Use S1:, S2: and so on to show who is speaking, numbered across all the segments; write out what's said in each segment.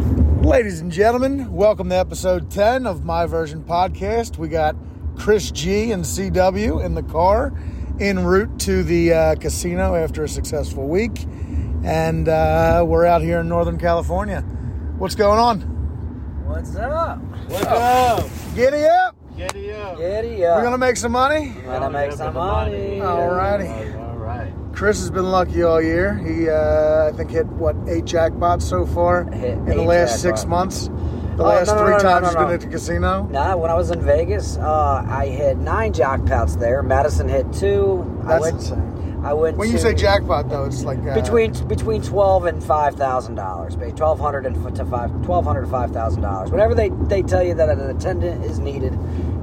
S1: Ladies and gentlemen, welcome to episode 10 of My Version Podcast. We got Chris G and CW in the car en route to the uh, casino after a successful week. And uh, we're out here in Northern California. What's going on?
S2: What's up?
S3: What's up?
S1: Giddy up!
S3: Giddy Oh. up.
S2: Giddy up.
S1: We're going to make some money.
S2: Gotta make some money.
S1: Alrighty.
S3: All right.
S1: Chris has been lucky all year. He, uh, I think, hit what eight jackpots so far
S2: Hit
S1: in the
S2: eight
S1: last six
S2: jackpots.
S1: months. The
S2: Oh,
S1: last
S2: no, no,
S1: three
S2: no, no,
S1: times
S2: no,
S1: he's been
S2: no.
S1: at the casino.
S2: Nah, when I was in Vegas, uh, I hit nine jackpots there. Madison hit two. I
S1: That's
S2: went,
S1: insane.
S2: I went
S1: When you
S2: to-
S1: say jackpot, though, it's like uh,
S2: between between twelve and five thousand dollars, basically twelve hundred and f- to five twelve hundred to five thousand dollars. Whenever they they tell you that an attendant is needed,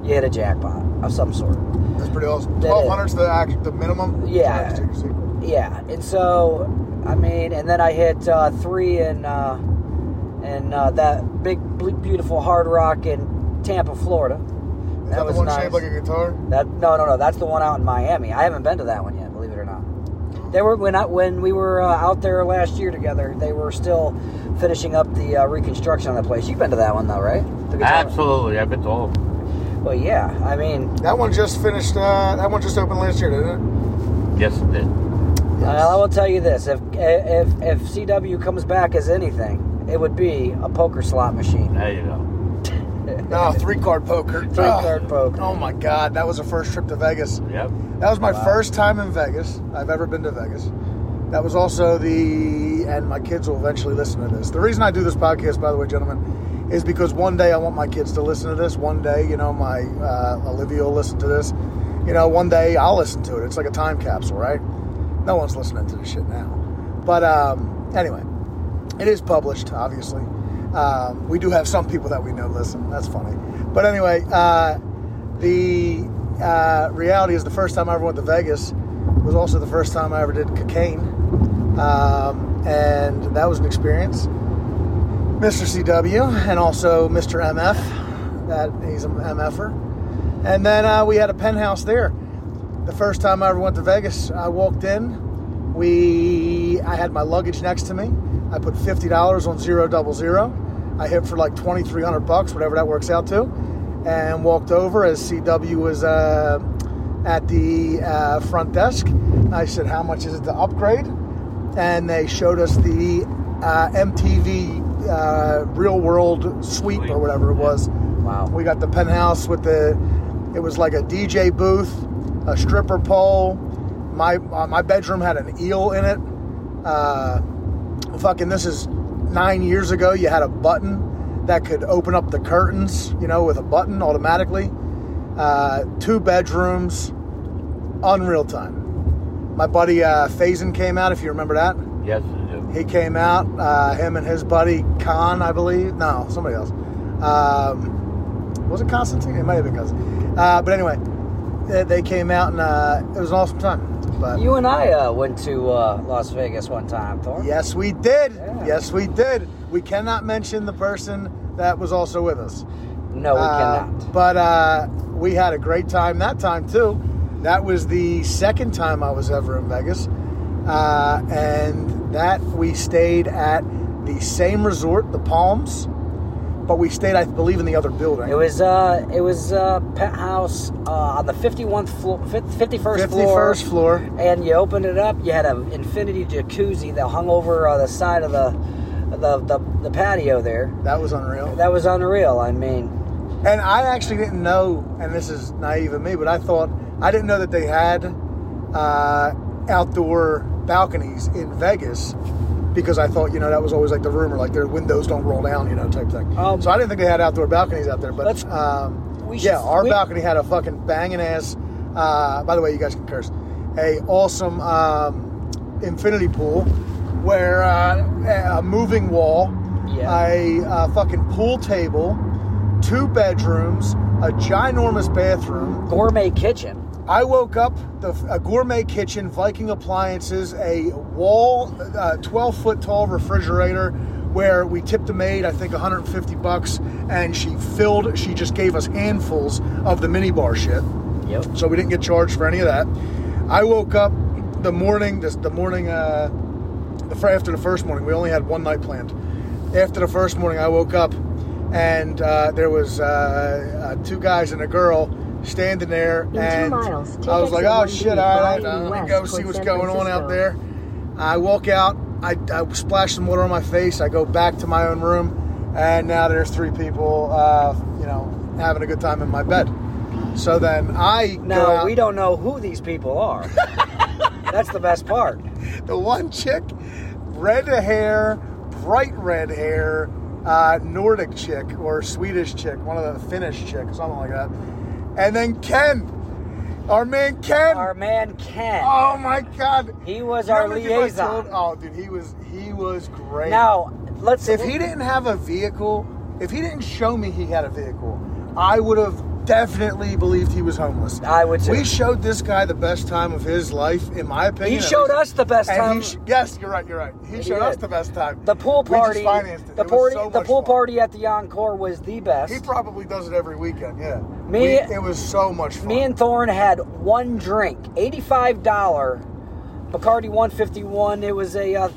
S2: you hit a jackpot of some sort.
S1: That's pretty awesome.
S2: That is.
S1: Twelve hundred's the act, the minimum.
S2: Yeah.
S1: That's actually-
S2: Yeah, and so I mean, and then I hit uh, three in uh, in uh, that big ble- beautiful hard rock in Tampa, Florida.
S1: Is that, the one shaped like a guitar?
S2: That no, no, no. That's the one out in Miami. I haven't been to that one yet, believe it or not. They were when I, when we were uh, out there last year together. They were still finishing up the uh, reconstruction on the place. You've been to that one though, right? The guitar-
S3: Absolutely. I've been told.
S2: Well, yeah. I mean,
S1: That one just finished. Uh, that one just opened last year, didn't it?
S3: Yes, it did.
S2: uh, I will tell you this: if if if CW comes back as anything, it would be a poker slot machine.
S3: There you go.
S1: No, three card poker. Ah.
S2: card poker.
S1: Oh my God, that was the first trip to Vegas.
S3: Yep.
S1: That was my
S2: Wow.
S1: first time in Vegas. I've ever been to Vegas. That was also the, and my kids will eventually listen to this. The reason I do this podcast, by the way, gentlemen, is because one day I want my kids to listen to this. One day, you know, my uh, Olivia will listen to this. You know, one day I'll listen to it. It's like a time capsule, right? No one's listening to this shit now. But um, anyway, it is published, obviously. Um, we do have some people that we know listen. That's funny. But anyway, uh, the uh, reality is the first time I ever went to Vegas was also the first time I ever did cocaine. Um, and that was an experience. Mr. CW and also Mr. MF. That he's an MFer. And then uh, we had a penthouse there. The first time I ever went to Vegas, I walked in. We, I had my luggage next to me. I put fifty dollars on zero double zero. I hit for like twenty three hundred bucks, whatever that works out to, and walked over as CW was uh, at the uh, front desk. I said, "How much is it to upgrade?" And they showed us the uh, MTV uh, Real World Suite or
S3: Suite.
S1: whatever it was.
S2: Wow.
S1: We got the penthouse with the. It was like a DJ booth, a stripper pole. My uh, my bedroom had an eel in it. Uh, fucking, this is nine years ago. You had a button that could open up the curtains, you know, with a button automatically. Uh, two bedrooms, unreal time. My buddy uh, Faison came out. If you remember that,
S3: Yes, it did.
S1: he came out, uh, him and his buddy Khan, I believe. No, somebody else. Um, was it Constantine? It might have been Constantine. Uh, but anyway, they, they came out and uh, it was an awesome time. But
S2: You and I uh, went to uh, Las Vegas one time, Thor.
S1: yes, we did.
S2: Yeah.
S1: Yes, we did. We cannot mention the person that was also with us.
S2: No, we
S1: Uh,
S2: cannot.
S1: But uh, we had a great time that time too. That was the second time I was ever in Vegas, uh, and that we stayed at the same resort, the Palms, but we stayed, I believe, in the other building.
S2: It was uh, it was uh, penthouse uh, on the fifty one floor, fifty first floor,
S1: 51st floor.
S2: and you opened it up. You had an infinity jacuzzi that hung over uh, the side of the, the the the patio there.
S1: That was unreal.
S2: That was unreal. I mean,
S1: And I actually didn't know, and this is naive of me, but I thought I didn't know that they had uh, outdoor balconies in Vegas because I thought, you know, that was always like the rumor, like their windows don't roll down, you know, type thing.
S2: Um,
S1: so I didn't think they had outdoor balconies out there, but
S2: Let's-
S1: um,
S2: we
S1: yeah,
S2: should-
S1: our
S2: we-
S1: balcony had a fucking banging ass. Uh, by the way, you guys can curse. A awesome um, infinity pool where uh, a moving wall,
S2: Yeah.
S1: a uh, fucking pool table two bedrooms, a ginormous bathroom.
S2: gourmet kitchen.
S1: I woke up the a gourmet kitchen, Viking appliances, a wall, uh, 12 foot tall refrigerator where we tipped a maid, I think 150 bucks, and she filled, she just gave us handfuls of the minibar shit.
S2: Yep.
S1: So we didn't get charged for any of that. I woke up the morning, this, the morning, uh, the Friday after the first morning, we only had one night planned. after the first morning, I woke up and uh, there was uh, uh, two guys and a girl standing there,
S4: two
S1: and
S4: miles, take
S1: I was like,
S4: exit
S1: "Oh
S4: 1B,
S1: shit! All right,
S4: driving
S1: I'm gonna
S4: west
S1: go
S4: towards
S1: see what's
S4: San
S1: going on out
S4: Francisco."
S1: there." I walk out. I, I splash some water on my face. I go back to my own room, and now there's three people, uh, you know, having a good time in my bed. So then I go
S2: Now
S1: out.
S2: we don't know who these people are. That's the best part.
S1: the one chick, red hair, bright red hair, uh, Nordic chick or Swedish chick, one of the Finnish chick, something like that. And then Ken, our man Ken.
S2: Our man Ken.
S1: oh my God,
S2: He was
S1: You know
S2: our
S1: how many people I
S2: liaison.
S1: told- Oh, dude, he was he was great.
S2: Now let's.
S1: if he didn't have a vehicle, if he didn't show me he had a vehicle, I would have definitely believed he was homeless.
S2: I would too.
S1: We showed this guy the best time of his life, in my
S2: he
S1: opinion. at
S2: showed
S1: least.
S2: us the best
S1: And
S2: time.
S1: he sh- yes, you're right. You're right. He,
S2: He
S1: showed us
S2: did.
S1: the best time.
S2: the pool party.
S1: We just financed it.
S2: The
S1: It was
S2: party.
S1: so
S2: the
S1: much
S2: pool
S1: fun.
S2: party at the Encore was the best.
S1: He probably does it every weekend. Yeah.
S2: Me-
S1: We- it was so much fun.
S2: Me and Thorne had one drink, eighty-five dollar Bacardi one fifty-one. It was a. Uh,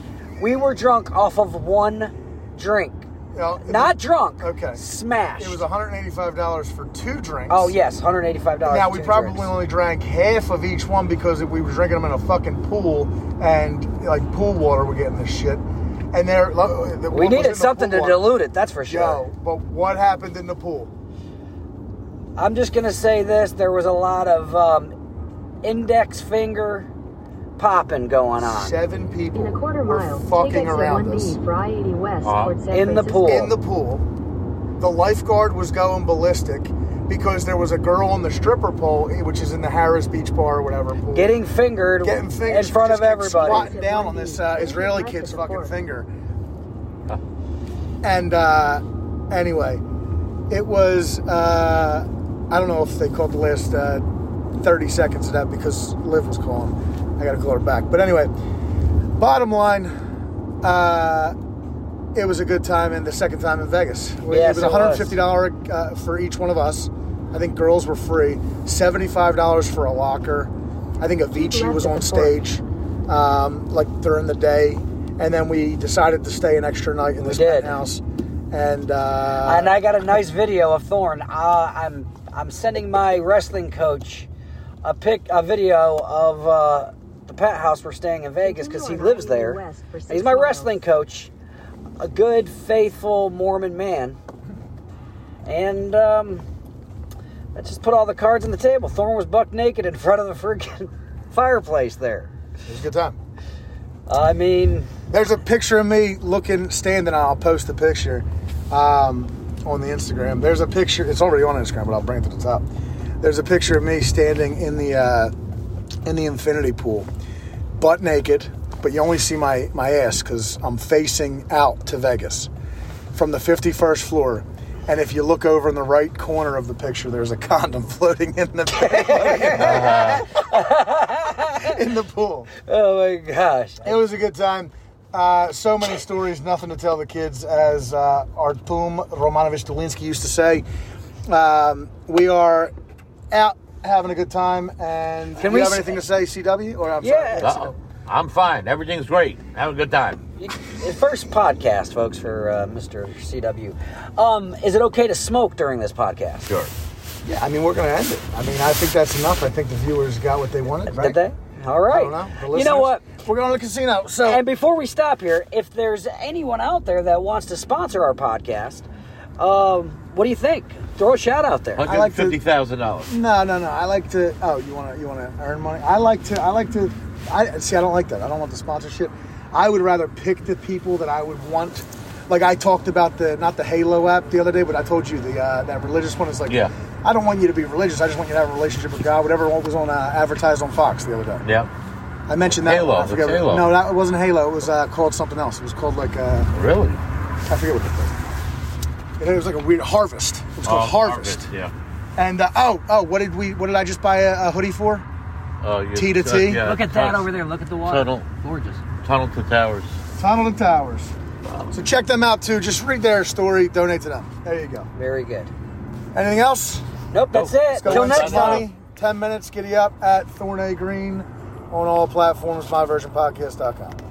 S2: we were drunk off of one drink.
S1: You know, it
S2: Not drunk.
S1: Okay.
S2: Smashed.
S1: Was, it was 185 dollars for two drinks.
S2: Oh yes, hundred eighty-five dollars.
S1: Now we probably only drank half of each one because we were drinking them in a fucking pool and like pool water. We're getting this shit, and there the
S2: we
S1: one was in the
S2: needed something to
S1: pool water.
S2: dilute it. That's for sure.
S1: Yo, but what happened in the pool?
S2: I'm just gonna say this: there was a lot of um, index finger popping going on
S1: Seven people
S4: In a quarter
S1: were
S4: mile, take
S1: fucking
S4: exit
S1: around
S4: 1B,
S1: us.
S4: Fry 80 West
S3: Huh?
S4: towards San
S2: In the
S4: Francisco.
S2: pool.
S1: in the pool. The lifeguard was going ballistic because there was a girl on the stripper pole, eh, which is in the Harris Beach Bar or whatever. Pool.
S2: getting fingered
S1: getting fingered
S2: in front
S1: She just
S2: of
S1: kept
S2: everybody.
S1: Squatting down on this uh, Israeli kid's fucking finger. And uh, anyway, it was uh, I don't know if they caught the last uh, thirty seconds of that because Liv was calling. I got to call her back. But anyway, bottom line, uh, it was a good time and the second time in Vegas. We-
S2: Yes,
S1: it was
S2: it
S1: one
S2: was.
S1: hundred fifty dollars uh, for each one of us. I think girls were free. Seventy five dollars for a locker. I think Avicii
S4: Left
S1: was
S4: at
S1: on
S4: the port.
S1: stage, um, like during the day, and then we decided to stay an extra night in this
S2: did.
S1: penthouse. And uh,
S2: and I got a nice video of Thorne. Uh, I'm I'm sending my wrestling coach a pic, a video of uh, the penthouse we're staying in Vegas because he
S4: Continue on
S2: lives
S4: 80
S2: there.
S4: west for six
S2: He's my
S4: miles.
S2: wrestling coach, a good, faithful Mormon man, and um, I just put all the cards on the table. Thorne was buck naked in front of the freaking fireplace there.
S1: it was a good time.
S2: I mean,
S1: There's a picture of me looking standing. I'll post the picture um, on the Instagram. There's a picture. It's already on Instagram, but I'll bring it to the top. There's a picture of me standing in the uh, in the infinity pool, butt naked, but you only see my my ass because I'm facing out to Vegas from the 51st floor. And if you look over in the right corner of the picture, there's a condom floating in the in the pool.
S2: oh my gosh.
S1: It was a good time. Uh, so many stories, nothing to tell the kids, as uh, Artum Romanovich Dolinsky used to say. Um, we are out having a good time, and
S2: Can
S1: do
S2: we
S1: you have
S2: s-
S1: anything to say, CW? Or I'm
S2: Yeah.
S1: sorry.
S3: Uh, I'm fine. Everything's great. Have a good time.
S2: The first podcast, folks, for uh, Mr. CW. Um, is it okay to smoke during this podcast?
S3: Sure.
S1: Yeah, I mean we're going to end it. I mean I think that's enough. I think the viewers got what they wanted, right?
S2: Did they? All
S1: I
S2: right.
S1: don't know. The
S2: you
S1: listeners?
S2: know what?
S1: We're going to the casino. So
S2: And before we stop here, if there's anyone out there that wants to sponsor our podcast, um, what do you think? Throw a shout out there.
S1: like to-
S3: $150,000.
S1: No, no, no. I like to. Oh, you want to? You want to earn money? I like to. I like to. I see. I don't like that. I don't want the sponsorship. I would rather pick the people that I would want. Like I talked about the not the Halo app the other day, but I told you the uh, that religious one is like.
S3: Yeah.
S1: I don't want you to be religious. I just want you to have a relationship with God. Whatever one was on uh, advertised on Fox the other day.
S3: Yeah.
S1: I mentioned that.
S3: Halo,
S1: one. I forget.
S3: it's
S1: what-
S3: Halo.
S1: No, that it wasn't Halo. It was uh, called something else. It was called like uh,
S3: Really?
S1: I forget what it was. It was like a weird harvest. It was called
S3: Oh,
S1: harvest.
S3: Yeah.
S1: And uh, oh, oh, what did we? What did I just buy a, a hoodie for?
S3: Oh, you-
S1: T to
S3: uh,
S1: T?
S3: yeah,
S5: Look at that
S3: tunnel-
S5: over there. Look at the water.
S3: Tunnel,
S5: Gorgeous.
S3: tunnel to towers.
S1: Tunnel and Towers. So check them out too. Just read their story, donate to them. There you go.
S2: Very good.
S1: Anything else?
S2: Nope, that's
S1: Let's
S2: it.
S1: go
S2: Till
S1: win some
S2: next time.
S1: money. Ten minutes. Giddy up at Thornay Green on all platforms. Myversionpodcast.com.